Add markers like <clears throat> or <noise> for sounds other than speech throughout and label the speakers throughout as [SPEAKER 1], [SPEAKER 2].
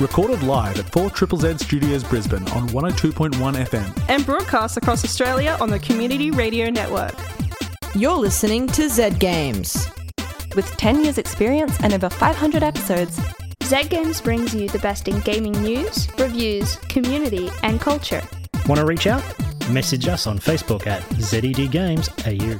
[SPEAKER 1] Recorded live at 4 Triple Z Studios Brisbane on 102.1 FM.
[SPEAKER 2] and broadcast across Australia on the Community Radio Network.
[SPEAKER 3] You're listening to Z Games.
[SPEAKER 4] With 10 years' experience and over 500 episodes,
[SPEAKER 5] Z Games brings you the best in gaming news, reviews, community, and culture.
[SPEAKER 6] Want to reach out? Message us on Facebook at ZED Games AU.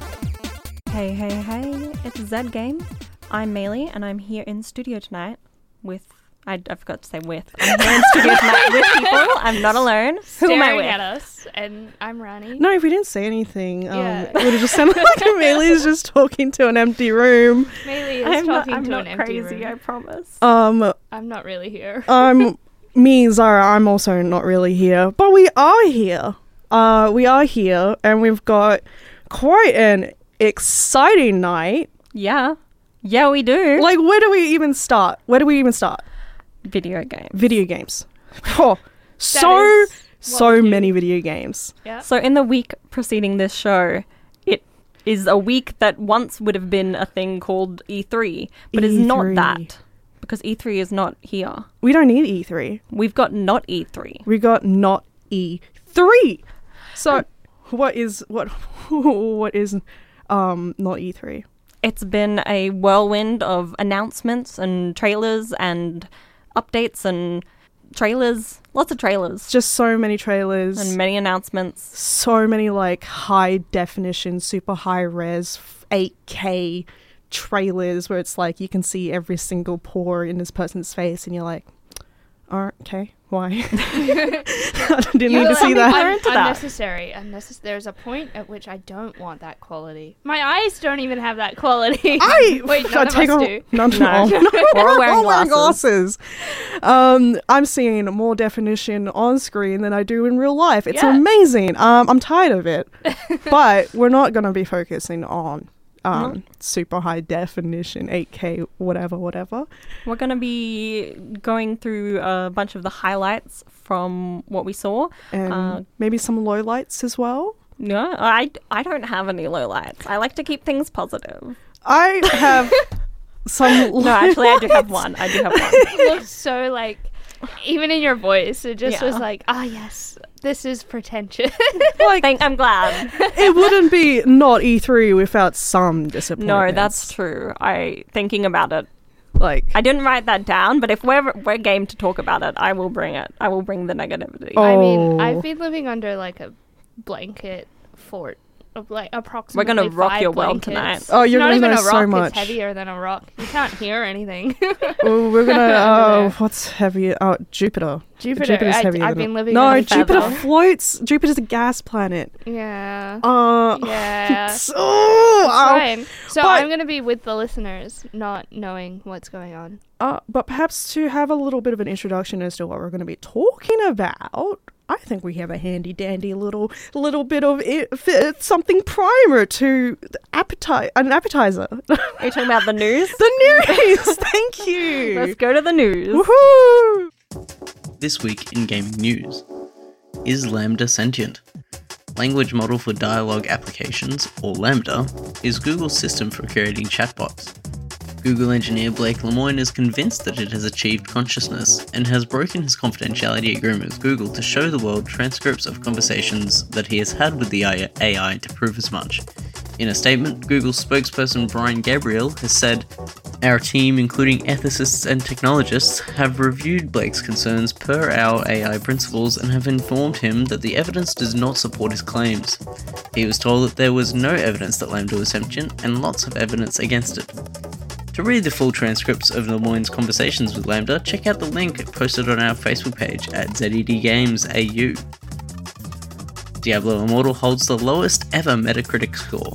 [SPEAKER 4] Hey, hey, hey, it's Zed Game. I'm Mealy and I'm here in studio tonight with. I, I forgot to say with. I'm here in <laughs> studio tonight with people. I'm not alone. Who am I
[SPEAKER 7] staring
[SPEAKER 4] with?
[SPEAKER 7] at us, and I'm Rani.
[SPEAKER 8] <laughs> No, if we didn't say anything, um,
[SPEAKER 7] Yeah.
[SPEAKER 8] it would have just sounded <laughs> like Amelia's just talking to an empty room.
[SPEAKER 7] Melee is
[SPEAKER 2] I'm not,
[SPEAKER 7] talking
[SPEAKER 2] I'm
[SPEAKER 7] to
[SPEAKER 2] not
[SPEAKER 7] an empty
[SPEAKER 2] crazy, I
[SPEAKER 7] room.
[SPEAKER 2] promise.
[SPEAKER 8] Um,
[SPEAKER 7] I'm not really
[SPEAKER 8] <laughs>
[SPEAKER 7] here.
[SPEAKER 8] I'm me, Zara. I'm also not really here, but we are here. Uh, we are here, and we've got quite an exciting night.
[SPEAKER 2] Yeah. Yeah, we do.
[SPEAKER 8] Like, where do we even start? Where do we even start?
[SPEAKER 2] Video game.
[SPEAKER 8] Video games. <laughs> Oh, so
[SPEAKER 7] is what we do.
[SPEAKER 8] so many video games.
[SPEAKER 7] Yeah.
[SPEAKER 2] So, in the week preceding this show, it is a week that once would have been a thing called E3, but is not
[SPEAKER 4] E
[SPEAKER 8] E3.
[SPEAKER 2] that because E3 is not here.
[SPEAKER 8] We don't need E three.
[SPEAKER 2] We've got not E E3.
[SPEAKER 8] We got not E three. So what is what <laughs> what is um not E three?
[SPEAKER 2] It's been a whirlwind of announcements and trailers and updates and trailers, lots of trailers,
[SPEAKER 8] Just so many trailers
[SPEAKER 2] and many announcements.
[SPEAKER 8] so many like high definition, super high res, eight K trailers where it's like you can see every single pore in this person's face, and you're like, all right, okay, why? <laughs> I didn't need to see that.
[SPEAKER 7] I'm,
[SPEAKER 2] into that.
[SPEAKER 7] unnecessary. Unnecess- There's a point at which I don't want that quality. My eyes don't even have that quality.
[SPEAKER 8] <laughs> I
[SPEAKER 7] <laughs> Wait,
[SPEAKER 8] I
[SPEAKER 7] none of us
[SPEAKER 8] take off-
[SPEAKER 7] do.
[SPEAKER 8] None,
[SPEAKER 2] No.
[SPEAKER 7] <laughs>
[SPEAKER 8] no.
[SPEAKER 2] <laughs> We're all wearing
[SPEAKER 8] all wearing
[SPEAKER 2] glasses.
[SPEAKER 8] glasses. Um, I'm seeing more definition on screen than I do in real life. It's
[SPEAKER 7] Yeah.
[SPEAKER 8] amazing. Um, I'm tired
[SPEAKER 2] <laughs>
[SPEAKER 8] of it, but we're not going to be focusing on um, super high definition, 8K, whatever, whatever.
[SPEAKER 2] We're going to be going through a bunch of the highlights from what we saw.
[SPEAKER 8] And
[SPEAKER 2] Uh,
[SPEAKER 8] maybe some lowlights as well.
[SPEAKER 2] No, I, I don't have any lowlights. I like to keep things <laughs> positive.
[SPEAKER 8] I have
[SPEAKER 2] <laughs>
[SPEAKER 8] some.
[SPEAKER 2] No, actually, I do have one. I do have one.
[SPEAKER 7] looked so like, even in your voice, it just
[SPEAKER 2] Yeah.
[SPEAKER 7] was like, ah, yes, this is pretentious.
[SPEAKER 2] <laughs> like, I'm <laughs> glad.
[SPEAKER 8] <laughs> it wouldn't be not E3 without some
[SPEAKER 2] No,
[SPEAKER 8] disappointment.
[SPEAKER 2] that's true. I thinking about it.
[SPEAKER 8] like.
[SPEAKER 2] I didn't write that down, but if we're we're game to talk about it, I will bring it. I will bring the negativity.
[SPEAKER 8] Oh.
[SPEAKER 7] I mean, I've been living under like a blanket fort of like approximately.
[SPEAKER 2] gonna rock
[SPEAKER 7] five
[SPEAKER 2] your world
[SPEAKER 7] blankets.
[SPEAKER 2] tonight.
[SPEAKER 8] Oh, you're
[SPEAKER 7] Not
[SPEAKER 8] gonna
[SPEAKER 7] even
[SPEAKER 8] know
[SPEAKER 7] a
[SPEAKER 8] so
[SPEAKER 7] rock,
[SPEAKER 8] much.
[SPEAKER 7] It's heavier than a rock. You can't hear anything. <laughs>
[SPEAKER 8] Oh, we're gonna.
[SPEAKER 7] know.
[SPEAKER 8] Oh, what's heavier? Oh, Jupiter.
[SPEAKER 7] Jupiter. I- I've
[SPEAKER 8] than
[SPEAKER 7] been
[SPEAKER 8] it.
[SPEAKER 7] living
[SPEAKER 8] No,
[SPEAKER 7] on a
[SPEAKER 8] Jupiter
[SPEAKER 7] feather.
[SPEAKER 8] floats. Jupiter's a gas planet.
[SPEAKER 7] <laughs>
[SPEAKER 8] <laughs>
[SPEAKER 7] yeah.
[SPEAKER 8] Uh,
[SPEAKER 7] Yeah.
[SPEAKER 8] it's- oh, ow.
[SPEAKER 7] Fine. So
[SPEAKER 8] but-
[SPEAKER 7] I'm going to be with the listeners, not knowing what's going on.
[SPEAKER 8] Uh, but perhaps to have a little bit of an introduction as to what we're going to be talking about, I think we have a handy dandy little little bit of it, f- something primer to the appetite, an appetizer. <laughs>
[SPEAKER 2] Are you talking about the news?
[SPEAKER 8] the
[SPEAKER 7] <laughs>
[SPEAKER 8] news. Thank
[SPEAKER 2] Let's
[SPEAKER 8] you.
[SPEAKER 2] go to the news.
[SPEAKER 8] Woohoo!
[SPEAKER 9] This week in gaming news Is Lambda sentient? Language Model for Dialogue Applications, or Lambda, is Google's system for creating chatbots. Google engineer Blake Lemoine is convinced that it has achieved consciousness and has broken his confidentiality agreement with Google to show the world transcripts of conversations that he has had with the AI AI to prove as much. In a statement, Google spokesperson Brian Gabriel has said, Our team, including ethicists and technologists, have reviewed Blake's concerns per our AI principles and have informed him that the evidence does not support his claims. He was told that there was no evidence that Lambda was sentient and lots of evidence against it. To read the full transcripts of Lemoyne's conversations with Lambda, check out the link posted on our Facebook page at ZED Games AU. Diablo Immortal holds the lowest ever Metacritic score.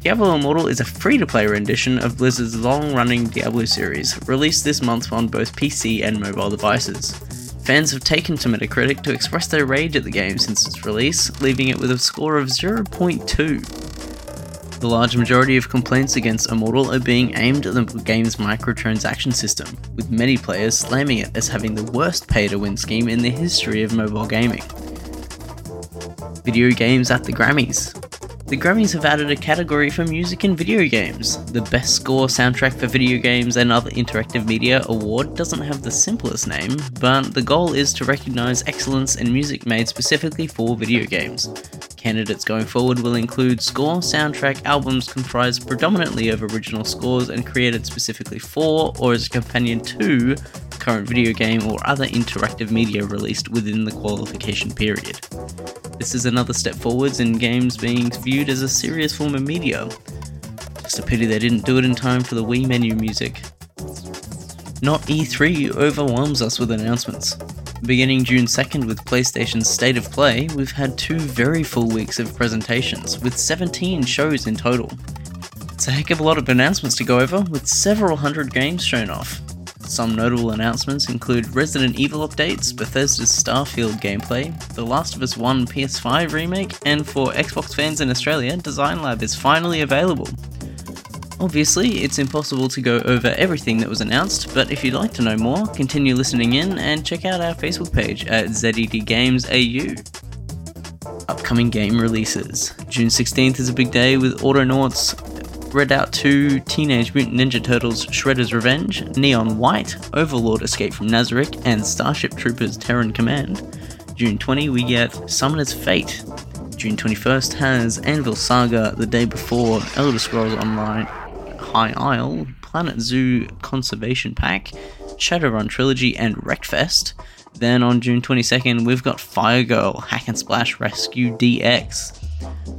[SPEAKER 9] Diablo Immortal is a free to play rendition of Blizzard's long running Diablo series, released this month on both PC and mobile devices. Fans have taken to Metacritic to express their rage at the game since its release, leaving it with a score of 0.2. The large majority of complaints against Immortal are being aimed at the game's microtransaction system, with many players slamming it as having the worst pay to win scheme in the history of mobile gaming. Video games at the Grammys. The Grammys have added a category for music in video games. The Best Score Soundtrack for Video Games and Other Interactive Media award doesn't have the simplest name, but the goal is to recognise excellence in music made specifically for video games. Candidates going forward will include score, soundtrack, albums comprised predominantly of original scores and created specifically for or as a companion to current video game or other interactive media released within the qualification period. This is another step forwards in games being viewed as a serious form of media. Just a pity they didn't do it in time for the Wii menu music. Not E3 overwhelms us with announcements. Beginning June 2nd with PlayStation's State of Play, we've had two very full weeks of presentations, with 17 shows in total. It's a heck of a lot of announcements to go over, with several hundred games shown off. Some notable announcements include Resident Evil updates, Bethesda's Starfield gameplay, The Last of Us 1 PS5 remake, and for Xbox fans in Australia, Design Lab is finally available. Obviously, it's impossible to go over everything that was announced, but if you'd like to know more, continue listening in and check out our Facebook page at ZED Games AU. Upcoming game releases. June 16th is a big day with Autonauts, Redout 2, Teenage Mutant Ninja Turtles Shredder's Revenge, Neon White, Overlord Escape from Nazareth, and Starship Troopers Terran Command. June 20, we get Summoner's Fate. June 21st has Anvil Saga, The Day Before, Elder Scrolls Online, High Isle, Planet Zoo Conservation Pack, Shadowrun Trilogy, and Wreckfest. Then on June 22nd, we've got Fire Girl, Hack and Splash Rescue DX.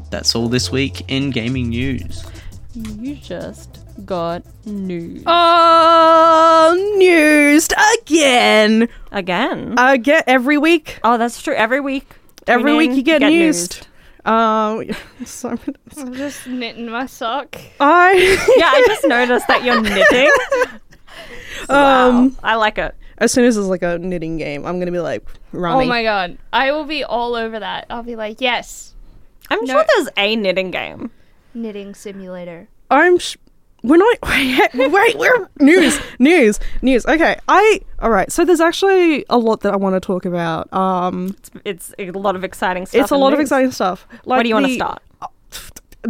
[SPEAKER 9] That's all this week in gaming news.
[SPEAKER 2] You just got news.
[SPEAKER 8] Oh, news again.
[SPEAKER 2] Again.
[SPEAKER 8] I get every week.
[SPEAKER 2] oh, that's true. Every week.
[SPEAKER 8] Every
[SPEAKER 2] tune
[SPEAKER 8] week
[SPEAKER 2] in,
[SPEAKER 8] you get,
[SPEAKER 2] newsed.
[SPEAKER 8] newsed. Um, <laughs> so
[SPEAKER 2] <laughs>
[SPEAKER 7] I'm just knitting my sock.
[SPEAKER 8] I <laughs>
[SPEAKER 2] Yeah, I just noticed that you're knitting.
[SPEAKER 8] um
[SPEAKER 2] I like it.
[SPEAKER 8] as soon as there's like a knitting game, I'm gonna be like
[SPEAKER 7] Oh
[SPEAKER 8] running.
[SPEAKER 7] my god. I will be all over that. I'll be like, yes,
[SPEAKER 2] I'm sure there's a knitting game.
[SPEAKER 7] knitting simulator.
[SPEAKER 8] I'm. Sh- we're not. <laughs> Wait, wait, we're news, news, news. Okay, I. All right. So there's actually a lot that I want to talk about. Um,
[SPEAKER 2] It's a lot of exciting stuff.
[SPEAKER 8] it's a
[SPEAKER 2] in
[SPEAKER 8] lot of
[SPEAKER 2] news.
[SPEAKER 8] exciting stuff. Like
[SPEAKER 2] Where do you want to
[SPEAKER 8] the-
[SPEAKER 2] start?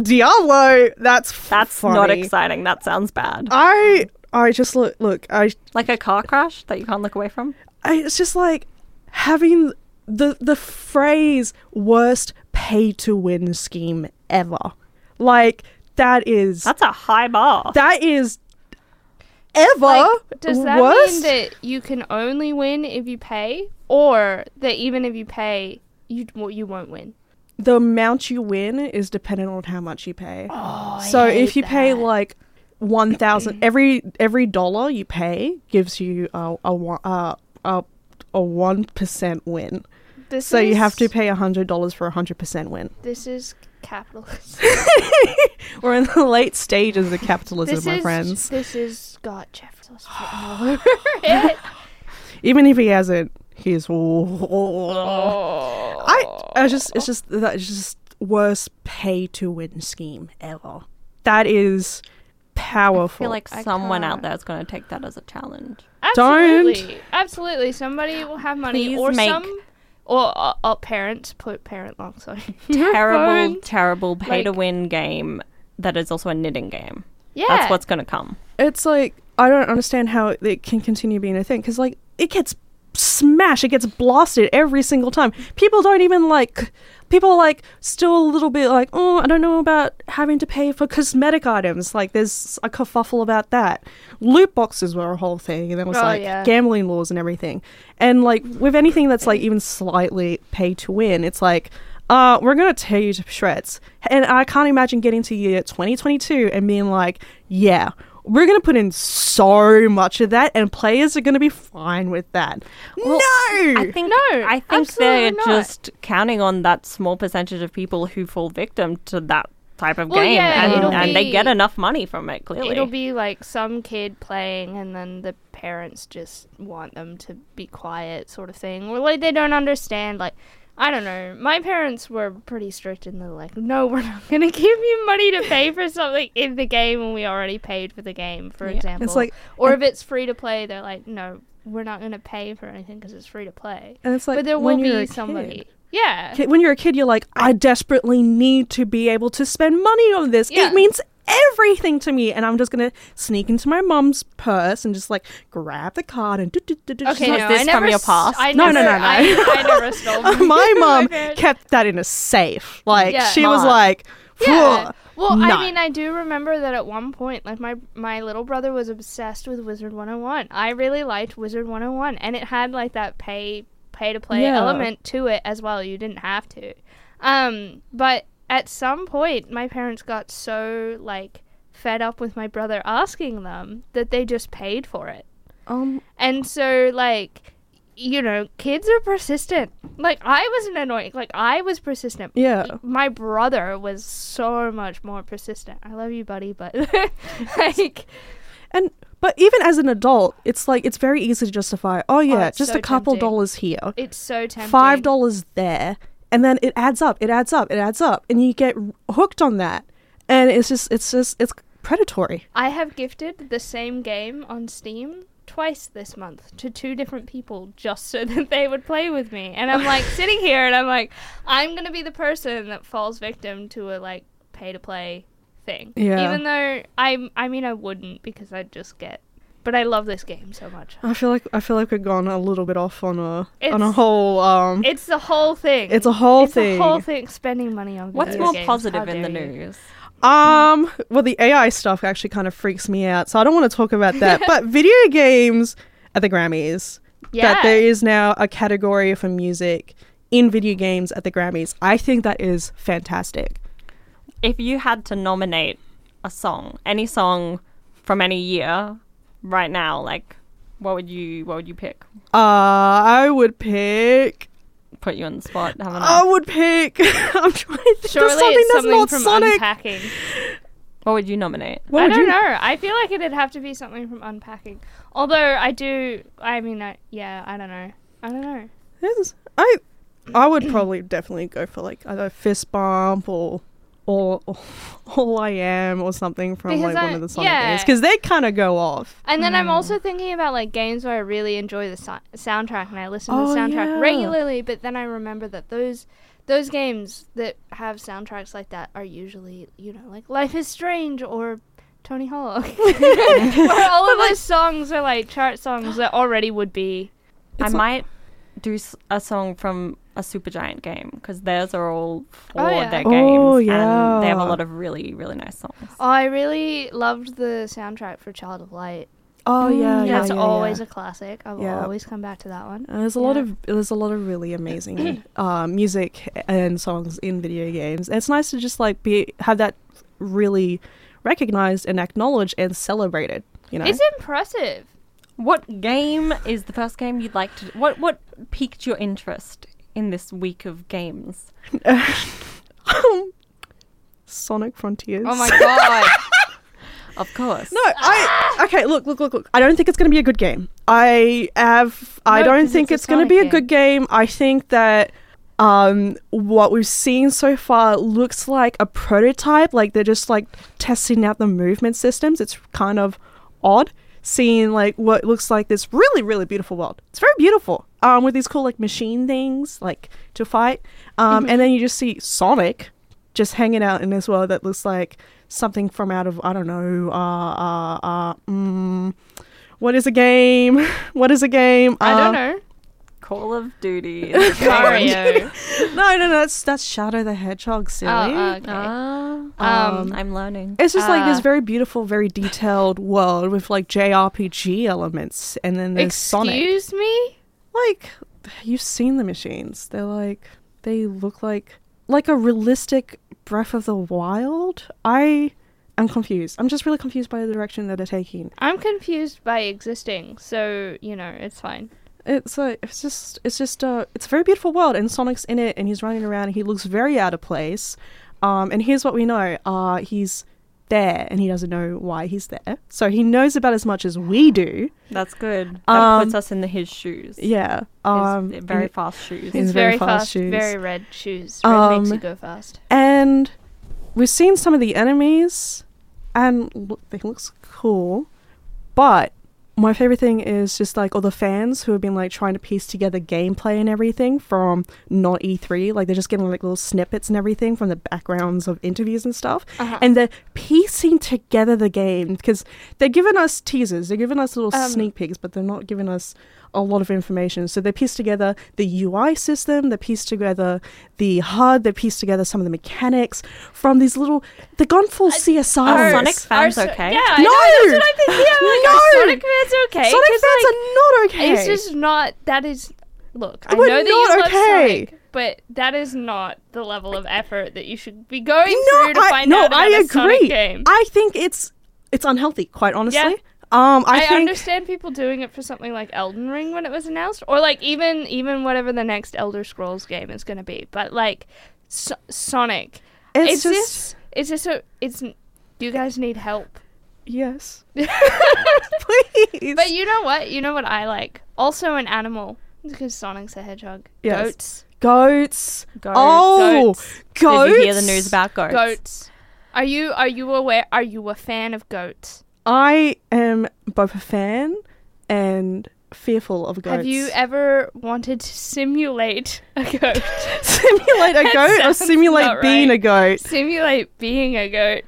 [SPEAKER 8] Diablo. That's
[SPEAKER 2] That's
[SPEAKER 8] funny. Uh,
[SPEAKER 2] not exciting. That sounds bad.
[SPEAKER 8] I. I just look. Look. I.
[SPEAKER 2] Like a car crash that you can't look away from.
[SPEAKER 8] I it's just like having the the phrase worst pay to win scheme ever. Like that is
[SPEAKER 2] That's a high bar.
[SPEAKER 8] that is ever
[SPEAKER 7] Like, does that
[SPEAKER 8] worst.
[SPEAKER 7] mean that you can only win if you pay, or that even if you pay, you well, you won't win?
[SPEAKER 8] the amount you win is dependent on how much you pay.
[SPEAKER 7] Oh,
[SPEAKER 8] so if you pay like
[SPEAKER 7] <clears throat>
[SPEAKER 8] one thousand every every dollar you pay gives you a a one- uh, a a one percent win.
[SPEAKER 7] This
[SPEAKER 8] So you have
[SPEAKER 7] is-
[SPEAKER 8] to pay a hundred dollars for a hundred percent win.
[SPEAKER 7] This is
[SPEAKER 8] <laughs>
[SPEAKER 7] capitalist.
[SPEAKER 8] We're in the <laughs> late stages of capitalism,
[SPEAKER 7] this
[SPEAKER 8] my
[SPEAKER 7] is
[SPEAKER 8] friends.
[SPEAKER 7] this is God
[SPEAKER 8] <sighs>
[SPEAKER 7] Jefferson's written all over it.
[SPEAKER 8] Even if he hasn't, he's. I
[SPEAKER 7] Oh.
[SPEAKER 8] I just it's just that's just worst pay to win scheme ever. That is
[SPEAKER 2] I
[SPEAKER 8] powerful.
[SPEAKER 2] feel like someone out there is going to take that as a challenge.
[SPEAKER 8] Don't.
[SPEAKER 7] Absolutely, absolutely. Somebody will have money,
[SPEAKER 2] Please
[SPEAKER 7] or
[SPEAKER 2] make-
[SPEAKER 7] some, or uh, uh, parents put parent long. Sorry,
[SPEAKER 2] terrible,
[SPEAKER 7] <laughs> Phone.
[SPEAKER 2] terrible pay to
[SPEAKER 7] Like-
[SPEAKER 2] win game that is also a knitting game.
[SPEAKER 7] Yeah,
[SPEAKER 2] That's what's going to come.
[SPEAKER 8] it's like I don't understand how it, it can continue being a thing because like it gets smashed, it gets blasted every single time. People don't even like. People are like still a little bit like, oh, I don't know about having to pay for cosmetic items. Like there's a kerfuffle about that. Loot boxes were a whole thing, and there was
[SPEAKER 7] Oh,
[SPEAKER 8] like
[SPEAKER 7] yeah.
[SPEAKER 8] gambling laws and everything. And like with anything that's like even slightly pay to win, it's like. Uh, we're gonna tear you to shreds, and I can't imagine getting to year 2022 and being like, "Yeah, we're gonna put in so much of that, and players are gonna be fine with that." no,
[SPEAKER 2] I think
[SPEAKER 7] No,
[SPEAKER 2] I think
[SPEAKER 7] absolutely
[SPEAKER 2] they're
[SPEAKER 7] not.
[SPEAKER 2] just counting on that small percentage of people who fall victim to that type of
[SPEAKER 7] Well,
[SPEAKER 2] game,
[SPEAKER 7] yeah,
[SPEAKER 2] and,
[SPEAKER 7] it'll
[SPEAKER 2] and they get
[SPEAKER 7] be-
[SPEAKER 2] enough money from it. Clearly,
[SPEAKER 7] it'll be like some kid playing, and then the parents just want them to be quiet, sort of thing, or like they don't understand, like. I don't know. My parents were pretty strict and they're like, no, we're not <laughs> going to give you money to pay for something in the game when we already paid for the game, for example.
[SPEAKER 8] It's like-
[SPEAKER 7] or if it's free to play, they're like, no, we're not going to pay for anything because it's free to play.
[SPEAKER 8] and it's like
[SPEAKER 7] but there will
[SPEAKER 8] when
[SPEAKER 7] be
[SPEAKER 8] you're a kid,
[SPEAKER 7] somebody. Yeah.
[SPEAKER 8] Ki- When you're a kid, you're like, I desperately need to be able to spend money on this.
[SPEAKER 7] Yeah.
[SPEAKER 8] It means everything to me. And I'm just going to sneak into my mom's purse and just like grab the card and do, do, do, do.
[SPEAKER 7] Okay,
[SPEAKER 8] She's
[SPEAKER 7] no,
[SPEAKER 8] like,
[SPEAKER 7] I
[SPEAKER 2] this
[SPEAKER 7] never
[SPEAKER 2] from your
[SPEAKER 7] s-
[SPEAKER 2] past?
[SPEAKER 7] I
[SPEAKER 8] No, no,
[SPEAKER 7] never-
[SPEAKER 8] no, no.
[SPEAKER 7] I, I never
[SPEAKER 8] <laughs>
[SPEAKER 7] stole money
[SPEAKER 8] my
[SPEAKER 7] <laughs> from
[SPEAKER 8] mom
[SPEAKER 7] parents.
[SPEAKER 8] kept that in a safe. Like,
[SPEAKER 7] Yeah.
[SPEAKER 8] she was
[SPEAKER 2] Smart.
[SPEAKER 8] like,
[SPEAKER 7] Yeah.
[SPEAKER 8] "Phew."
[SPEAKER 7] Well,
[SPEAKER 8] No.
[SPEAKER 7] I mean, I do remember that at one point, like my my little brother was obsessed with Wizard 101. I really liked Wizard 101, and it had like that pay pay to play
[SPEAKER 8] Yeah.
[SPEAKER 7] element to it as well. You didn't have to. Um, but at some point, my parents got so like fed up with my brother asking them that they just paid for it.
[SPEAKER 8] Um,
[SPEAKER 7] And so, like, you know, kids are persistent. Like, I wasn't annoying. Like, I was persistent.
[SPEAKER 8] Yeah.
[SPEAKER 7] My brother was so much more persistent. I love you, buddy, but, <laughs> like,
[SPEAKER 8] And but even as an adult, it's like it's very easy to justify. Oh yeah,
[SPEAKER 7] it's
[SPEAKER 8] just
[SPEAKER 7] so
[SPEAKER 8] a couple
[SPEAKER 7] tempting.
[SPEAKER 8] dollars here,
[SPEAKER 7] it's so tempting.
[SPEAKER 8] five dollars there, and then it adds up, it adds up, it adds up, and you get r- hooked on that, and it's just it's just it's predatory.
[SPEAKER 7] I have gifted the same game on Steam twice this month to two different people just so <laughs> that they would play with me. And I'm
[SPEAKER 8] <laughs>
[SPEAKER 7] like sitting here and I'm like, I'm going to be the person that falls victim to a like pay to play thing.
[SPEAKER 8] Yeah.
[SPEAKER 7] Even though I I mean I wouldn't because I'd just get but I love this game so much.
[SPEAKER 8] I feel like I feel like we've gone a little bit off on a on a
[SPEAKER 7] It's-
[SPEAKER 8] whole um.
[SPEAKER 7] It's the whole thing.
[SPEAKER 8] It's a whole thing.
[SPEAKER 7] It's a whole thing spending money on
[SPEAKER 2] What's
[SPEAKER 7] video
[SPEAKER 2] more
[SPEAKER 7] games.
[SPEAKER 2] positive
[SPEAKER 7] How
[SPEAKER 2] in the
[SPEAKER 7] dare you.
[SPEAKER 2] news?
[SPEAKER 8] Um, well, the AI stuff actually kind of freaks me out, so I don't want to talk about
[SPEAKER 7] <laughs>
[SPEAKER 8] that. but video games at the Grammys.
[SPEAKER 7] Yeah.
[SPEAKER 8] That there is now a category for music in video games at the Grammys. I think that is fantastic.
[SPEAKER 2] If you had to nominate a song, any song from any year, right now, like what would you what would you pick?
[SPEAKER 8] Uh, I would pick.
[SPEAKER 2] Put you on the spot, haven't
[SPEAKER 8] I
[SPEAKER 7] Uh,
[SPEAKER 2] I?
[SPEAKER 8] would pick. <laughs> I'm trying to think
[SPEAKER 7] Surely
[SPEAKER 8] of something
[SPEAKER 7] it's
[SPEAKER 8] that's
[SPEAKER 7] something
[SPEAKER 8] not
[SPEAKER 7] from
[SPEAKER 8] Sonic.
[SPEAKER 7] unpacking.
[SPEAKER 2] What would you nominate?
[SPEAKER 7] I
[SPEAKER 8] What would
[SPEAKER 7] don't
[SPEAKER 8] you-
[SPEAKER 7] know. I feel like it'd have to be something from unpacking. Although I do, I mean, I, yeah, I don't know. I don't know.
[SPEAKER 8] This is- I, I would probably definitely go for like either fist bump or. Or, <laughs> or all I am, or something from
[SPEAKER 7] Because
[SPEAKER 8] like
[SPEAKER 7] I-
[SPEAKER 8] one of the Sonic
[SPEAKER 7] yeah.
[SPEAKER 8] games, because they kind of go off.
[SPEAKER 7] And then I'm also thinking about like games where I really enjoy the so- soundtrack and I listen to
[SPEAKER 8] Oh,
[SPEAKER 7] the soundtrack
[SPEAKER 8] yeah.
[SPEAKER 7] regularly. But then I remember that those those games that have soundtracks like that are usually you know like Life is Strange or Tony Hawk, <laughs> where all of those songs are like chart songs that already would be.
[SPEAKER 2] I might do s- a song from a Supergiant game because theirs are all for
[SPEAKER 7] Oh, yeah.
[SPEAKER 2] their games,
[SPEAKER 8] Oh,
[SPEAKER 2] and they have a
[SPEAKER 8] yeah.
[SPEAKER 2] lot of really really nice songs.
[SPEAKER 7] Oh, I really loved the soundtrack for Child of Light.
[SPEAKER 8] Oh yeah, yeah
[SPEAKER 7] Mm, That's
[SPEAKER 8] yeah,
[SPEAKER 7] always
[SPEAKER 8] yeah.
[SPEAKER 7] a classic. I will
[SPEAKER 8] Yeah.
[SPEAKER 7] always come back to that one.
[SPEAKER 8] Uh, there's a lot of there's a lot of really amazing <clears throat> uh, music and songs in video games. And it's nice to just like be have that really recognized and acknowledged and celebrated. You know,
[SPEAKER 7] It's impressive.
[SPEAKER 2] What game is the first game you'd like to? What what piqued your interest in this week of games?
[SPEAKER 8] Sonic Frontiers.
[SPEAKER 7] Oh my god.
[SPEAKER 2] Of course.
[SPEAKER 8] No, I okay. Look, look, look, look. I don't think it's going to be a good game. I have. I
[SPEAKER 7] No,
[SPEAKER 8] don't
[SPEAKER 7] 'cause
[SPEAKER 8] think
[SPEAKER 7] it's
[SPEAKER 8] it's,
[SPEAKER 7] a
[SPEAKER 8] going to
[SPEAKER 7] Sonic
[SPEAKER 8] be
[SPEAKER 7] game.
[SPEAKER 8] a good game. I think that um, what we've seen so far looks like a prototype. Like they're just like testing out the movement systems. It's kind of odd seeing like what looks like this really, really beautiful world. It's very beautiful. Um, with these cool like machine things like to fight.
[SPEAKER 7] Mm-hmm.
[SPEAKER 8] Um, and then you just see Sonic just hanging out in this world that looks like something from out of I don't know. Uh, uh, uh, mm, what is a game? <laughs> What is a game?
[SPEAKER 7] I
[SPEAKER 8] Uh,
[SPEAKER 7] don't
[SPEAKER 8] <laughs>
[SPEAKER 7] know.
[SPEAKER 2] Call of Duty. is a game.
[SPEAKER 7] Mario.
[SPEAKER 8] No, no, no. That's that's Shadow the Hedgehog.
[SPEAKER 7] <laughs>
[SPEAKER 8] Silly.
[SPEAKER 7] oh, okay.
[SPEAKER 8] Uh,
[SPEAKER 2] Ah,
[SPEAKER 7] um,
[SPEAKER 2] I'm learning.
[SPEAKER 8] it's just like this
[SPEAKER 7] uh,
[SPEAKER 8] very beautiful, very detailed world with like JRPG elements, and then there's Sonic.
[SPEAKER 7] excuse me?
[SPEAKER 8] Like you've seen the machines. They're like they look like like a realistic Breath of the Wild. I am confused. I'm just really confused by the direction that they're taking.
[SPEAKER 7] I'm confused by existing, so you know it's fine.
[SPEAKER 8] It's like it's just it's just uh it's a very beautiful world and Sonic's in it and he's running around and he looks very out of place. Um and here's what we know. Uh he's there and he doesn't know why he's there. So he knows about as much as we do.
[SPEAKER 2] That's good. That
[SPEAKER 8] Um,
[SPEAKER 2] puts us in the his shoes.
[SPEAKER 8] Yeah.
[SPEAKER 2] His
[SPEAKER 8] Um
[SPEAKER 2] very
[SPEAKER 8] and-
[SPEAKER 2] fast shoes.
[SPEAKER 8] He's
[SPEAKER 7] It's
[SPEAKER 8] very
[SPEAKER 7] very,
[SPEAKER 8] fast
[SPEAKER 7] fast,
[SPEAKER 8] shoes.
[SPEAKER 7] very red shoes. Red makes
[SPEAKER 8] Um,
[SPEAKER 7] you go fast.
[SPEAKER 8] and we've seen some of the enemies and look, they looks cool but My favorite thing is just like all the fans who have been like trying to piece together gameplay and everything from not E3. Like they're just getting like little snippets and everything from the backgrounds of interviews and stuff. And they're piecing together the game because they're giving us teasers, they're giving
[SPEAKER 7] Um,
[SPEAKER 8] us little sneak peeks, but they're not giving us a lot of information. So they piece together the UI system, they piece together the HUD, they piece together some of the mechanics from these little. They've gone full
[SPEAKER 7] Uh,
[SPEAKER 8] CSI.
[SPEAKER 2] Are
[SPEAKER 8] on
[SPEAKER 2] Sonic
[SPEAKER 8] us.
[SPEAKER 2] fans
[SPEAKER 7] so-
[SPEAKER 2] okay?
[SPEAKER 7] Yeah, I
[SPEAKER 8] No!
[SPEAKER 7] know, that's what I'm thinking. I'm like, are
[SPEAKER 8] No!
[SPEAKER 7] Sonic fans okay.
[SPEAKER 8] Sonic
[SPEAKER 7] 'Cause,
[SPEAKER 8] fans
[SPEAKER 7] like,
[SPEAKER 8] are not okay.
[SPEAKER 7] It's just not. That is. Look, I
[SPEAKER 8] We're
[SPEAKER 7] know that
[SPEAKER 8] not
[SPEAKER 7] you love
[SPEAKER 8] okay.
[SPEAKER 7] Sonic, but that is not the level of effort that you should be going through to
[SPEAKER 8] I,
[SPEAKER 7] find
[SPEAKER 8] no,
[SPEAKER 7] out about
[SPEAKER 8] I
[SPEAKER 7] a
[SPEAKER 8] agree.
[SPEAKER 7] Sonic game.
[SPEAKER 8] I think it's it's unhealthy, quite honestly.
[SPEAKER 7] Yeah.
[SPEAKER 8] Um, I,
[SPEAKER 7] I,
[SPEAKER 8] think
[SPEAKER 7] understand people doing it for something like Elden Ring when it was announced, or like even even whatever the next Elder Scrolls game is going to be. But like so- Sonic,
[SPEAKER 8] it's
[SPEAKER 7] it's
[SPEAKER 8] just
[SPEAKER 7] just it's just a it's you guys need help. <laughs>
[SPEAKER 8] yes. Please.
[SPEAKER 7] But you know what? You know what I like? Also an animal because Sonic's a hedgehog.
[SPEAKER 8] Yes.
[SPEAKER 7] Goats,
[SPEAKER 8] goats.
[SPEAKER 2] Goats.
[SPEAKER 8] Oh,
[SPEAKER 7] Goats.
[SPEAKER 8] goats.
[SPEAKER 2] Did you hear the news about goats?
[SPEAKER 7] goats. Are you are you aware? Are you a fan of goats?
[SPEAKER 8] I am both a fan and fearful of goats.
[SPEAKER 7] Have
[SPEAKER 8] <laughs>
[SPEAKER 7] you ever wanted to simulate a goat?
[SPEAKER 8] <laughs> simulate a
[SPEAKER 7] That
[SPEAKER 8] goat or
[SPEAKER 7] sounds
[SPEAKER 8] simulate
[SPEAKER 7] not
[SPEAKER 8] being
[SPEAKER 7] right.
[SPEAKER 8] a goat?
[SPEAKER 7] simulate being a goat.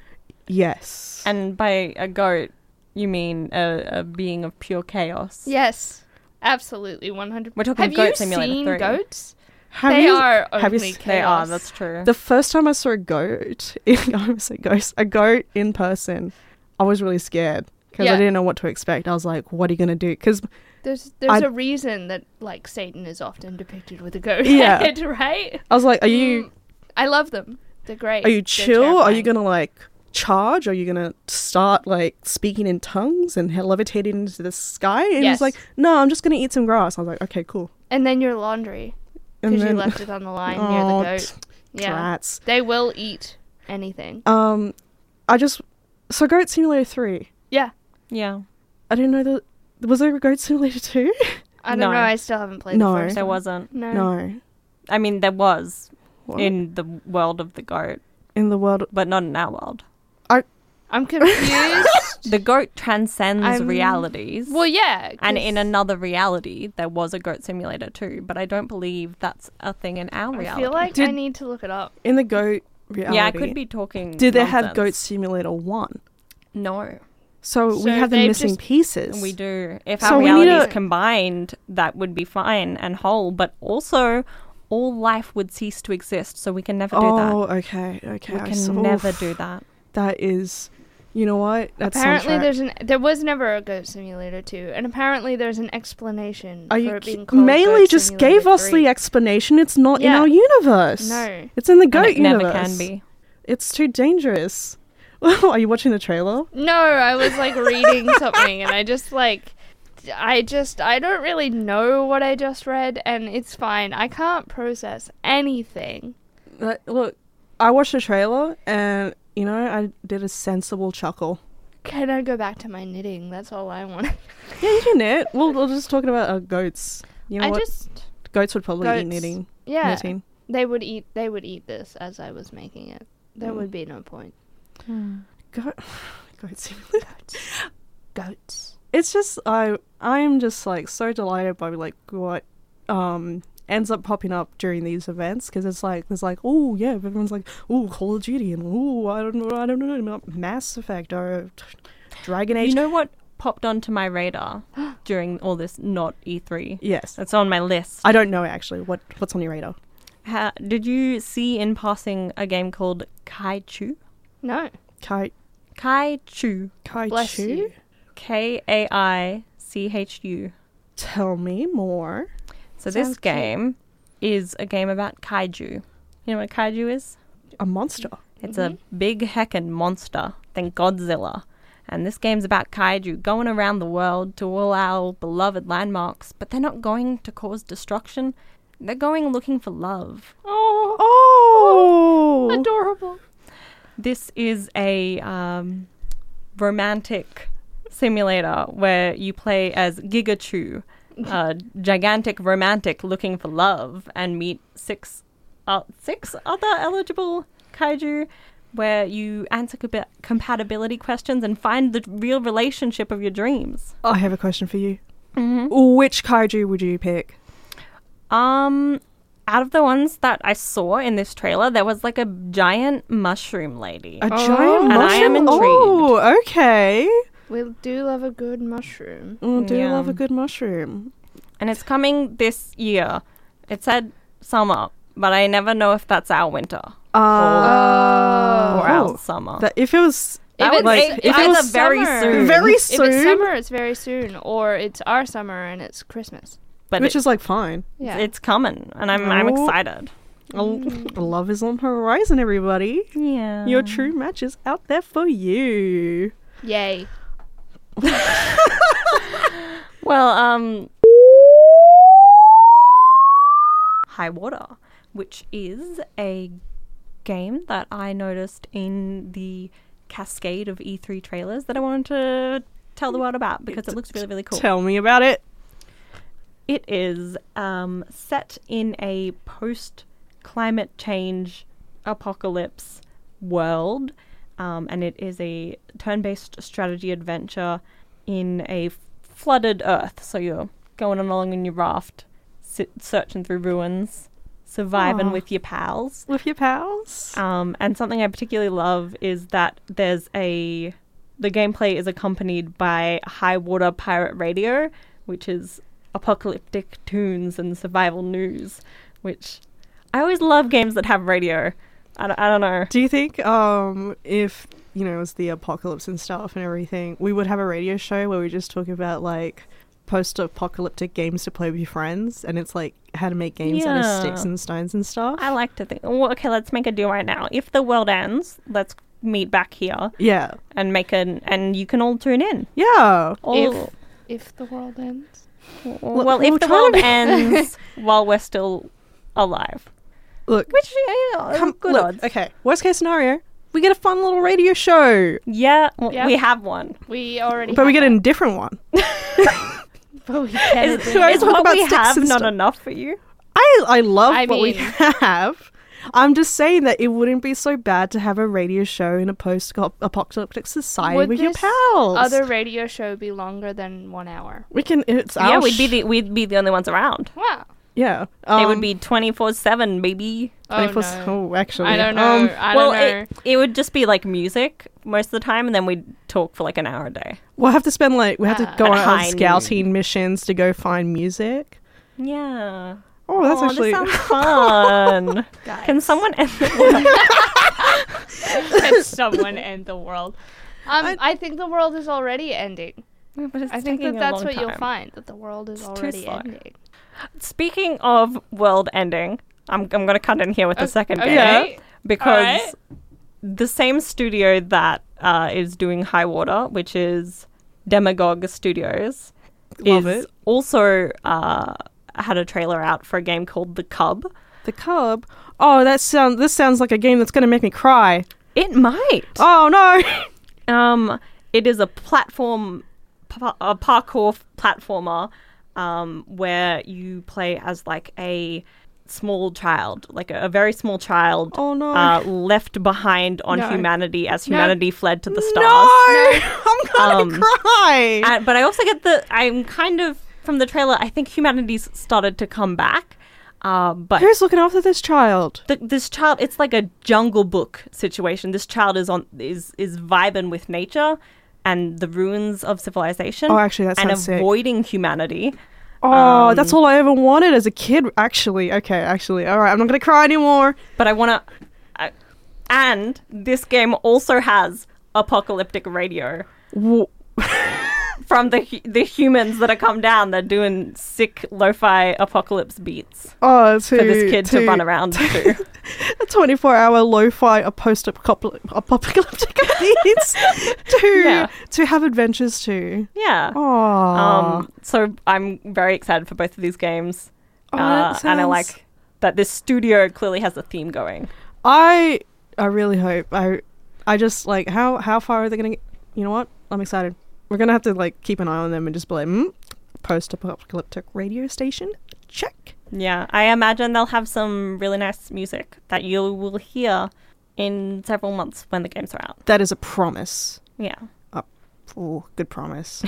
[SPEAKER 8] Yes.
[SPEAKER 2] And by a goat, you mean a, a being of pure chaos.
[SPEAKER 7] Yes, absolutely, one hundred.
[SPEAKER 2] We're talking
[SPEAKER 7] Have
[SPEAKER 2] Goat
[SPEAKER 7] you
[SPEAKER 2] Simulator
[SPEAKER 7] seen
[SPEAKER 2] 3.
[SPEAKER 7] goats?
[SPEAKER 8] have
[SPEAKER 7] they
[SPEAKER 8] you,
[SPEAKER 7] are
[SPEAKER 8] have you
[SPEAKER 7] only
[SPEAKER 8] s-
[SPEAKER 7] chaos.
[SPEAKER 2] They are, that's true.
[SPEAKER 8] The first time I saw a goat, <laughs> I almost said ghost, a goat in person, I was really scared because I
[SPEAKER 7] Yeah.
[SPEAKER 8] didn't know what to expect. I was like, "What are you gonna do?" Because
[SPEAKER 7] There's there's
[SPEAKER 8] I-
[SPEAKER 7] a reason that like Satan is often depicted with a goat
[SPEAKER 8] Yeah.
[SPEAKER 7] <laughs> head, right?
[SPEAKER 8] I was like, "Are you
[SPEAKER 7] Mm, I love them. They're great.
[SPEAKER 8] are you
[SPEAKER 7] They're
[SPEAKER 8] chill? Are you
[SPEAKER 7] Mm, terrifying.
[SPEAKER 8] gonna like charge? Are you gonna start like speaking in tongues and he- levitating into the sky?" And he was
[SPEAKER 7] Yes.
[SPEAKER 8] like, "No, I'm just gonna eat some grass." I was like, "Okay, cool."
[SPEAKER 7] And then your laundry
[SPEAKER 8] And
[SPEAKER 7] because you
[SPEAKER 8] then
[SPEAKER 7] left it on the line
[SPEAKER 8] <laughs> Oh,
[SPEAKER 7] near the goat. Yeah,
[SPEAKER 8] rats.
[SPEAKER 7] they will eat anything.
[SPEAKER 8] Um, I just so Goat Simulator three.
[SPEAKER 7] Yeah,
[SPEAKER 2] yeah.
[SPEAKER 8] I didn't know that was there a Goat Simulator two.
[SPEAKER 7] I don't
[SPEAKER 2] No.
[SPEAKER 7] know. I still haven't played.
[SPEAKER 8] No.
[SPEAKER 7] the first
[SPEAKER 2] There
[SPEAKER 7] one.
[SPEAKER 2] wasn't.
[SPEAKER 7] No.
[SPEAKER 8] <laughs> no,
[SPEAKER 2] I mean, there was
[SPEAKER 8] What?
[SPEAKER 2] in the world of the goat,
[SPEAKER 8] in the world.
[SPEAKER 2] but not in our world.
[SPEAKER 7] I'm confused.
[SPEAKER 2] <laughs> The goat transcends
[SPEAKER 7] I'm-
[SPEAKER 2] realities.
[SPEAKER 7] well, yeah,
[SPEAKER 2] and
[SPEAKER 7] 'cause
[SPEAKER 2] in another reality, there was a goat simulator too, but I don't believe that's a thing in our
[SPEAKER 7] I
[SPEAKER 2] reality.
[SPEAKER 7] feel like I
[SPEAKER 8] Did-
[SPEAKER 7] need to look it up.
[SPEAKER 8] In the goat reality.
[SPEAKER 2] yeah, I could be talking.
[SPEAKER 8] Did they have
[SPEAKER 2] nonsense.
[SPEAKER 8] Goat Simulator 1?
[SPEAKER 2] No,
[SPEAKER 8] So, we
[SPEAKER 7] So
[SPEAKER 8] have the
[SPEAKER 7] they've
[SPEAKER 8] missing
[SPEAKER 7] just-
[SPEAKER 8] pieces.
[SPEAKER 2] we do. If
[SPEAKER 8] So
[SPEAKER 2] our
[SPEAKER 8] we need
[SPEAKER 2] realities
[SPEAKER 8] a-
[SPEAKER 2] combined, that would be fine and whole. But also, all life would cease to exist, so we can never do that.
[SPEAKER 8] oh, okay, okay.
[SPEAKER 2] We
[SPEAKER 8] I
[SPEAKER 2] can
[SPEAKER 8] saw-
[SPEAKER 2] never
[SPEAKER 8] oof,
[SPEAKER 2] do that.
[SPEAKER 8] That is, you know what? That's
[SPEAKER 7] apparently,
[SPEAKER 8] soundtrack.
[SPEAKER 7] there's an there was never a Goat Simulator two, and apparently there's an explanation
[SPEAKER 8] Are
[SPEAKER 7] for
[SPEAKER 8] you
[SPEAKER 7] it being
[SPEAKER 8] ki-
[SPEAKER 7] called
[SPEAKER 8] Melee
[SPEAKER 7] Goat
[SPEAKER 8] just
[SPEAKER 7] Simulator
[SPEAKER 8] gave us
[SPEAKER 7] 3.
[SPEAKER 8] the explanation. It's not in
[SPEAKER 7] Yeah.
[SPEAKER 8] our universe.
[SPEAKER 7] No.
[SPEAKER 8] It's in the goat
[SPEAKER 2] and it
[SPEAKER 8] universe.
[SPEAKER 2] never can be.
[SPEAKER 8] It's too dangerous. <laughs> Are you watching the trailer?
[SPEAKER 7] No, I was like
[SPEAKER 8] <laughs>
[SPEAKER 7] reading something, and I just like. I just I don't really know what I just read and it's fine. I can't process anything.
[SPEAKER 8] That, look, I watched the trailer and, you know, I did a
[SPEAKER 7] <laughs>
[SPEAKER 8] sensible chuckle.
[SPEAKER 7] Can I go back to my knitting? That's all I want.
[SPEAKER 8] Yeah, you can knit. We'll, we'll just talking about uh, goats. You know
[SPEAKER 7] I
[SPEAKER 8] what?
[SPEAKER 7] just
[SPEAKER 8] goats would probably
[SPEAKER 7] goats.
[SPEAKER 8] be knitting.
[SPEAKER 7] yeah.
[SPEAKER 8] Knitting.
[SPEAKER 7] They would eat they would eat this as I was making it. There
[SPEAKER 8] Mm.
[SPEAKER 7] would be no point.
[SPEAKER 8] Hmm. Go- <sighs> goat simulator.
[SPEAKER 7] Goats.
[SPEAKER 8] <laughs> It's just I I'm just like so delighted by like what um ends up popping up during these events because it's like there's like oh yeah everyone's like oh Call of Duty and oh I don't know I don't know Mass Effect or Dragon Age.
[SPEAKER 2] You know what popped onto my
[SPEAKER 8] <gasps>
[SPEAKER 2] radar during all this not E3?
[SPEAKER 8] yes.
[SPEAKER 2] It's on my list.
[SPEAKER 8] I don't know actually what what's on your radar.
[SPEAKER 2] Ha- did you see in passing a game called Kaichu?
[SPEAKER 7] No.
[SPEAKER 8] Kai
[SPEAKER 2] Kaichu.
[SPEAKER 8] Kai
[SPEAKER 7] Bless
[SPEAKER 8] Chu?
[SPEAKER 7] you.
[SPEAKER 2] K A I C H U.
[SPEAKER 8] Tell me more.
[SPEAKER 2] So
[SPEAKER 8] Sounds
[SPEAKER 2] this
[SPEAKER 8] cute.
[SPEAKER 2] game is a game about kaiju. You know what a kaiju is?
[SPEAKER 8] A monster.
[SPEAKER 2] It's a big heckin' monster. Think Godzilla. And this game's about kaiju going around the world to all our beloved landmarks, but they're not going to cause destruction. They're going looking for love.
[SPEAKER 7] Oh,
[SPEAKER 8] Oh.
[SPEAKER 7] adorable.
[SPEAKER 2] This is a um, romantic simulator where you play as Gigachu, a gigantic romantic looking for love, and meet six, uh, six other eligible kaiju where you answer compa- compatibility questions and find the real relationship of your dreams.
[SPEAKER 8] I have a question for you.
[SPEAKER 2] Mm-hmm.
[SPEAKER 8] Which kaiju would you pick?
[SPEAKER 2] Um, out of the ones that I saw in this trailer, there was like a giant mushroom lady.
[SPEAKER 8] A giant mushroom.
[SPEAKER 2] And I am intrigued.
[SPEAKER 8] Oh, okay.
[SPEAKER 7] We do love a good mushroom.
[SPEAKER 8] Oh, do
[SPEAKER 2] Yeah.
[SPEAKER 8] love a good mushroom.
[SPEAKER 2] and it's coming this year. It said summer, but I never know if that's our winter
[SPEAKER 8] Oh. Uh,
[SPEAKER 2] or
[SPEAKER 8] oh,
[SPEAKER 2] our summer.
[SPEAKER 8] that, if it was
[SPEAKER 2] That
[SPEAKER 7] Oh. if
[SPEAKER 2] would
[SPEAKER 7] it's,
[SPEAKER 2] be-
[SPEAKER 7] if
[SPEAKER 2] either
[SPEAKER 7] it's
[SPEAKER 2] very
[SPEAKER 7] summer-
[SPEAKER 2] soon.
[SPEAKER 8] very
[SPEAKER 7] If it's
[SPEAKER 8] soon,
[SPEAKER 7] summer, it's very soon, or it's our summer and it's Christmas.
[SPEAKER 2] but
[SPEAKER 8] which
[SPEAKER 2] it-
[SPEAKER 8] is like fine.
[SPEAKER 7] Yeah,
[SPEAKER 2] it's coming, and I'm I'm
[SPEAKER 8] No.
[SPEAKER 2] excited.
[SPEAKER 8] Oh, Love is on the horizon, everybody.
[SPEAKER 2] Yeah.
[SPEAKER 8] Your true match is out there for you.
[SPEAKER 7] yay!
[SPEAKER 2] Well, um, High Water, which is a game that I noticed in the cascade of E3 trailers that I wanted to tell the world about because it looks really, really cool.
[SPEAKER 8] Tell me about it.
[SPEAKER 2] It is um, set in a post climate change apocalypse world, um, and it is a turn based strategy adventure in a flooded earth. So you're going along in your raft, si- searching through ruins, surviving
[SPEAKER 8] Aw.
[SPEAKER 2] with your pals.
[SPEAKER 8] With your pals.
[SPEAKER 2] Um, and something I particularly love is that there's a the gameplay is accompanied by high water pirate radio, which is apocalyptic tunes and survival news. Which I always love games that have radio. I don't, I don't know.
[SPEAKER 8] Do you think um, if you know it was the apocalypse and stuff and everything, we would have a radio show where we just talk about like post-apocalyptic games to play with your friends, and it's like how to make games out
[SPEAKER 2] Yeah.
[SPEAKER 8] of sticks and stones and stuff.
[SPEAKER 2] I like to think. Well, okay, let's make a deal right now. If the world ends, let's meet back here
[SPEAKER 8] yeah,
[SPEAKER 2] and make an and you can all tune in.
[SPEAKER 8] yeah.
[SPEAKER 2] All,
[SPEAKER 7] If the world ends,
[SPEAKER 2] well,
[SPEAKER 8] we'll
[SPEAKER 2] if the
[SPEAKER 8] try
[SPEAKER 2] world <laughs>
[SPEAKER 8] to-
[SPEAKER 2] ends while we're still alive,
[SPEAKER 8] Look,
[SPEAKER 2] which yeah,
[SPEAKER 8] come,
[SPEAKER 2] good
[SPEAKER 8] look,
[SPEAKER 2] odds.
[SPEAKER 8] Okay, worst case scenario, we get a fun little radio show,
[SPEAKER 2] Yeah, well,
[SPEAKER 7] Yeah.
[SPEAKER 2] we have one.
[SPEAKER 7] we already.
[SPEAKER 8] but we
[SPEAKER 7] have
[SPEAKER 8] get
[SPEAKER 7] it.
[SPEAKER 8] a different one.
[SPEAKER 7] But <laughs> we get
[SPEAKER 8] <laughs>
[SPEAKER 7] it.
[SPEAKER 8] Should I
[SPEAKER 2] Is
[SPEAKER 8] talk
[SPEAKER 2] what
[SPEAKER 8] about
[SPEAKER 2] we
[SPEAKER 8] sticks
[SPEAKER 2] have
[SPEAKER 8] and
[SPEAKER 2] not
[SPEAKER 8] stuff?
[SPEAKER 2] enough for you?
[SPEAKER 8] I I love
[SPEAKER 7] I
[SPEAKER 8] what we
[SPEAKER 7] mean-
[SPEAKER 8] <laughs> have. I'm just saying that it wouldn't be so bad to have a radio show in a post-apocalyptic society
[SPEAKER 7] Would
[SPEAKER 8] with your
[SPEAKER 7] this
[SPEAKER 8] pals.
[SPEAKER 7] Other radio show be longer than one hour.
[SPEAKER 8] we can. It's
[SPEAKER 2] yeah,
[SPEAKER 8] our
[SPEAKER 2] we'd be
[SPEAKER 8] sh-
[SPEAKER 2] the we'd be the only ones around.
[SPEAKER 7] Wow.
[SPEAKER 8] yeah.
[SPEAKER 2] they
[SPEAKER 8] um,
[SPEAKER 2] would be twenty four seven, baby.
[SPEAKER 7] Oh,
[SPEAKER 8] 24
[SPEAKER 7] no.
[SPEAKER 8] Oh, actually,
[SPEAKER 7] I don't know.
[SPEAKER 8] um,
[SPEAKER 7] I don't
[SPEAKER 2] well,
[SPEAKER 7] know.
[SPEAKER 2] It, it would just be like music most of the time, and then we'd talk for like an hour a day.
[SPEAKER 8] we'll have to spend like we have to
[SPEAKER 7] Uh,
[SPEAKER 8] go on
[SPEAKER 2] high
[SPEAKER 8] scouting missions to go find music.
[SPEAKER 2] Yeah.
[SPEAKER 8] Oh, that's
[SPEAKER 2] Aw,
[SPEAKER 8] actually.
[SPEAKER 2] this <laughs> sounds fun. Can someone end <laughs> the <laughs>
[SPEAKER 7] Can someone end the world? Um, I, think the world is already ending.
[SPEAKER 2] world? But it's
[SPEAKER 7] I think
[SPEAKER 2] taking
[SPEAKER 7] that
[SPEAKER 2] a
[SPEAKER 7] that's
[SPEAKER 2] long
[SPEAKER 7] what you'll
[SPEAKER 2] time.
[SPEAKER 7] find that the world is
[SPEAKER 2] too
[SPEAKER 7] already
[SPEAKER 2] slow.
[SPEAKER 7] ending.
[SPEAKER 2] Speaking of world ending, I'm I'm gonna cut in here with a second game.
[SPEAKER 7] okay.
[SPEAKER 2] because
[SPEAKER 7] Alright.
[SPEAKER 2] the same studio that uh, is doing High Water, which is Demagogue Studios,
[SPEAKER 8] Love
[SPEAKER 2] is
[SPEAKER 8] it.
[SPEAKER 2] also uh, had a trailer out for a game called The Cub.
[SPEAKER 8] <laughs> The Cub. Oh, that sound. This sounds like a game that's going to make me cry.
[SPEAKER 2] It might.
[SPEAKER 8] Oh no. <laughs>
[SPEAKER 2] Um, it is a platform, pa- a parkour f- platformer, um, where you play as like a small child, like a, a very small child.
[SPEAKER 8] Oh, no.
[SPEAKER 2] Uh, left behind on
[SPEAKER 7] No.
[SPEAKER 2] humanity as humanity fled to the stars.
[SPEAKER 8] No, <laughs> I'm gonna
[SPEAKER 2] Um,
[SPEAKER 8] cry.
[SPEAKER 2] <laughs> Uh, but I also get the I'm kind of from the trailer. I think humanity's started to come back, uh, but
[SPEAKER 8] Who's looking after this child?
[SPEAKER 2] th- this child it's like a Jungle Book situation. This child is on is is vibing with nature and the ruins of civilization.
[SPEAKER 8] Oh, actually, that
[SPEAKER 2] and
[SPEAKER 8] sounds sick.
[SPEAKER 2] avoiding humanity.
[SPEAKER 8] Oh,
[SPEAKER 2] Um,
[SPEAKER 8] that's all I ever wanted as a kid. Actually, okay, actually, all right. I'm not gonna cry anymore.
[SPEAKER 2] But I want to, I and this game also has apocalyptic radio.
[SPEAKER 8] Wh-
[SPEAKER 2] <laughs> From the hu- the humans that have come down, they're doing sick lo-fi apocalypse beats
[SPEAKER 8] Oh, to,
[SPEAKER 2] for this kid to run around to.
[SPEAKER 8] <laughs> A 24 hour lo fi, a post apocalyptic beats to,
[SPEAKER 2] Yeah.
[SPEAKER 8] to have adventures to.
[SPEAKER 2] Yeah.
[SPEAKER 8] Oh,
[SPEAKER 2] Um, so I'm very excited for both of these games,
[SPEAKER 8] Oh,
[SPEAKER 2] uh,
[SPEAKER 8] that
[SPEAKER 2] and I
[SPEAKER 8] sounds-
[SPEAKER 2] like that this studio clearly has a theme going.
[SPEAKER 8] I, I really hope. I, I just like, how, how far are they going to You know what? I'm excited. We're going to have to like keep an eye on them and just be like, mm, post apocalyptic radio station. Check.
[SPEAKER 2] Yeah, I imagine they'll have some really nice music that you will hear in several months when the games are out.
[SPEAKER 8] That is a promise.
[SPEAKER 2] Yeah.
[SPEAKER 8] Ooh, good promise.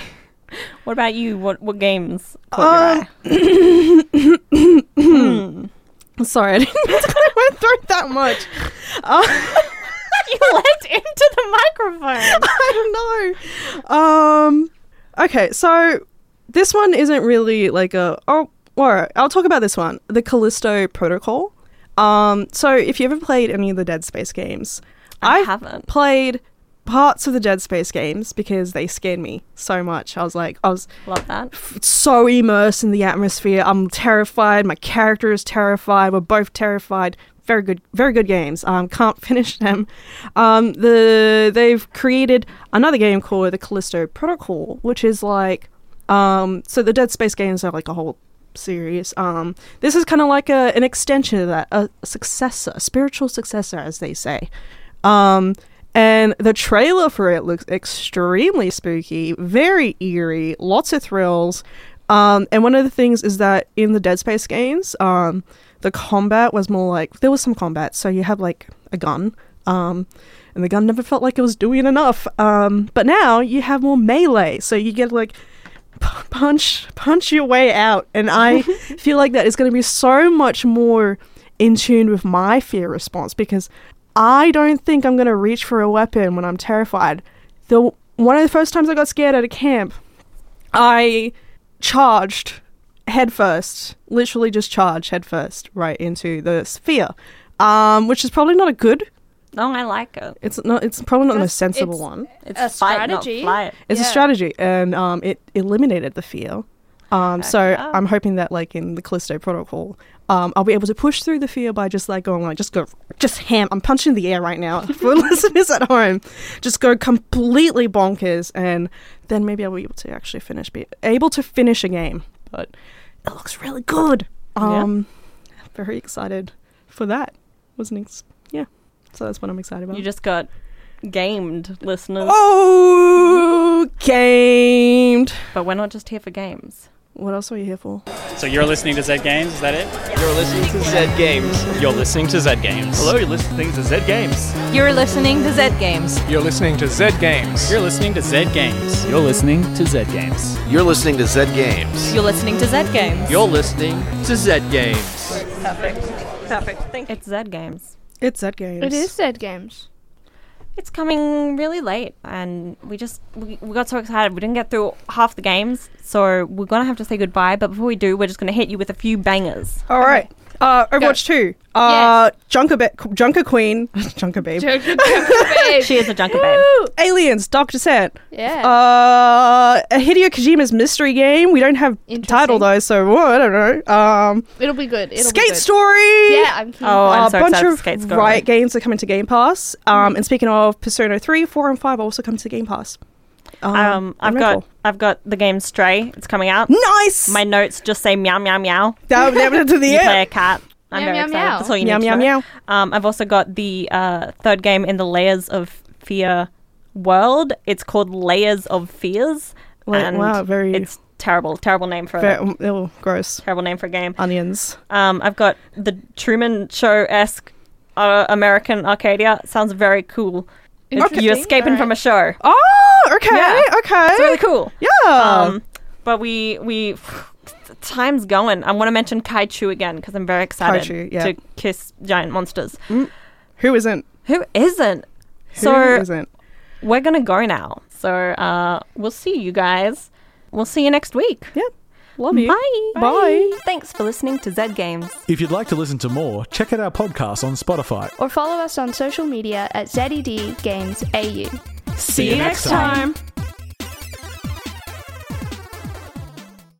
[SPEAKER 2] What about you? What what games caught
[SPEAKER 7] Um,
[SPEAKER 2] your
[SPEAKER 7] <laughs>
[SPEAKER 2] eye?
[SPEAKER 7] Hmm.
[SPEAKER 8] Sorry, I didn't mean to <laughs> my throat that much.
[SPEAKER 2] <laughs> you leapt into the microphone.
[SPEAKER 8] <laughs> I don't know. Um, okay, so this one isn't really like a. Oh, all right. I'll talk about this one the Callisto Protocol. Um, so if you ever played any of the Dead Space games,
[SPEAKER 2] I
[SPEAKER 8] I've
[SPEAKER 2] haven't.
[SPEAKER 8] played parts of the Dead Space games because they scared me so much. I was like, I was
[SPEAKER 2] <laughs> Love that.
[SPEAKER 8] so immersed in the atmosphere. I'm terrified. My character is terrified. We're both terrified. Very good, very good games. Um, can't <laughs> finish them. Um, the they've created another game called the Callisto Protocol, which is like, um, so the Dead Space games are like a whole series. Um, this is kind of like a, an extension of that, a successor, a spiritual successor, as they say. Um, and the trailer for it looks extremely spooky, very eerie, lots of thrills. Um, and one of the things is that in the Dead Space games, um, the combat was more like there was some combat, so you had like a gun. Um, and the gun never felt like it was doing enough. Um, but now you have more melee, so you get like p- punch punch your way out and i feel like that is going to be so much more in tune with my fear response because i don't think i'm going to reach for a weapon when i'm terrified the one of the first times i got scared at a camp i charged headfirst literally just charged headfirst right into the sphere um, which is probably not a good
[SPEAKER 2] No, I like it.
[SPEAKER 8] it's not it's probably not the most sensible
[SPEAKER 7] it's-
[SPEAKER 8] one
[SPEAKER 2] It's
[SPEAKER 7] A
[SPEAKER 2] fight, not
[SPEAKER 7] strategy.
[SPEAKER 2] flight.
[SPEAKER 8] it's a
[SPEAKER 7] Yeah.
[SPEAKER 8] strategy, and um, it eliminated the fear. Um, so
[SPEAKER 2] Okay.
[SPEAKER 8] I'm hoping that, like in the Callisto Protocol, um, I'll be able to push through the fear by just like going like just go just ham. I'm punching the air right now <laughs> for listeners at home. Just go completely bonkers, and then maybe I'll be able to actually finish be able to finish a game. But it looks really good.
[SPEAKER 2] Yeah.
[SPEAKER 8] Um, very excited for that. Wasn't ex- yeah. So that's what I'm excited about.
[SPEAKER 2] You just got gamed, listeners.
[SPEAKER 8] oh, gamed.
[SPEAKER 2] But we're not just here for games.
[SPEAKER 8] What else were you here for?
[SPEAKER 10] So you're listening to Zed Games, is that it?
[SPEAKER 9] You're listening to Zed Games.
[SPEAKER 10] You're listening to Zed Games.
[SPEAKER 9] Hello, you're listening to Zed Games.
[SPEAKER 3] You're listening to Zed Games.
[SPEAKER 1] You're listening to Zed Games.
[SPEAKER 10] You're listening to Zed Games. You're listening to Zed Games.
[SPEAKER 11] You're listening to Zed Games.
[SPEAKER 3] You're listening to Zed Games.
[SPEAKER 9] You're listening to Zed Games.
[SPEAKER 2] It's Zed Games.
[SPEAKER 8] It's Zed Games.
[SPEAKER 7] It is
[SPEAKER 2] <laughs>
[SPEAKER 7] Zed Games. <laughs>
[SPEAKER 2] It's coming really late, and we just we, we got so excited we didn't get through half the games, so we're gonna have to say goodbye. But before we do, we're just gonna hit you with a few bangers.
[SPEAKER 8] All right. Uh, Overwatch 2. Uh, Junker, ba- Junker Queen. <laughs> Junker Babe. Oh.
[SPEAKER 7] Babe.
[SPEAKER 2] She is a junker babe.
[SPEAKER 8] Woo! Aliens, Doctor Set.
[SPEAKER 7] Yeah.
[SPEAKER 8] Uh, Hideo Kojima's mystery game. We don't have title
[SPEAKER 7] Interesting.
[SPEAKER 8] though, so whoa, I don't know. Um,
[SPEAKER 7] It'll be good. It'll
[SPEAKER 8] Skate
[SPEAKER 7] be good.
[SPEAKER 8] Story.
[SPEAKER 7] Yeah, I'm keen. Uh,
[SPEAKER 2] Oh, I'm
[SPEAKER 8] a
[SPEAKER 2] so
[SPEAKER 8] bunch
[SPEAKER 2] excited
[SPEAKER 8] of
[SPEAKER 2] for Skate Story.
[SPEAKER 8] Riot games are coming to Game Pass. Um,
[SPEAKER 7] Hmm.
[SPEAKER 8] and speaking of Persona 3, 4, and 5 also come to Game Pass.
[SPEAKER 2] Um, I've
[SPEAKER 8] and
[SPEAKER 2] got
[SPEAKER 8] Redfall.
[SPEAKER 2] I've got the game Stray. It's coming out.
[SPEAKER 8] Nice!
[SPEAKER 2] My notes just say meow meow meow.
[SPEAKER 8] that,
[SPEAKER 2] <laughs>
[SPEAKER 8] that went to the
[SPEAKER 2] You play a
[SPEAKER 8] end.
[SPEAKER 2] cat. I'm
[SPEAKER 7] Meow,
[SPEAKER 2] very
[SPEAKER 7] meow,
[SPEAKER 2] excited.
[SPEAKER 7] meow.
[SPEAKER 2] That's all you
[SPEAKER 8] Meow,
[SPEAKER 2] need
[SPEAKER 8] meow,
[SPEAKER 2] to know.
[SPEAKER 8] meow.
[SPEAKER 2] Um, I've also got the uh, third game in the Layers of Fear world. It's called Layers of Fears.
[SPEAKER 8] Like,
[SPEAKER 2] and
[SPEAKER 8] wow, very-
[SPEAKER 2] It's terrible. Terrible name for
[SPEAKER 8] Very,
[SPEAKER 2] a
[SPEAKER 8] um, ew, gross.
[SPEAKER 2] terrible name for a game.
[SPEAKER 8] Onions.
[SPEAKER 2] Um, I've got the Truman Show esque uh, American Arcadia. Sounds very cool. It's,
[SPEAKER 7] Interesting.
[SPEAKER 2] you're escaping from a
[SPEAKER 7] Alright.
[SPEAKER 2] show.
[SPEAKER 8] Oh, okay,
[SPEAKER 2] Yeah.
[SPEAKER 8] okay.
[SPEAKER 2] It's really cool.
[SPEAKER 8] Yeah.
[SPEAKER 2] Um, but we we time's going. I want to mention Kaichu again because I'm very excited
[SPEAKER 8] Kaiju, yeah.
[SPEAKER 2] to kiss giant monsters.
[SPEAKER 8] Who isn't?
[SPEAKER 2] Who isn't?
[SPEAKER 8] Who
[SPEAKER 2] so
[SPEAKER 8] isn't?
[SPEAKER 2] we're gonna go now. So uh, we'll see you guys. We'll see you next week.
[SPEAKER 8] Yep. Love you.
[SPEAKER 2] Bye.
[SPEAKER 8] Bye.
[SPEAKER 4] Thanks for listening to Zed Games.
[SPEAKER 1] If you'd like to listen to more, check out our podcast on Spotify.
[SPEAKER 2] E
[SPEAKER 5] Or follow us on social media at ZED Games AU.
[SPEAKER 1] See you next time.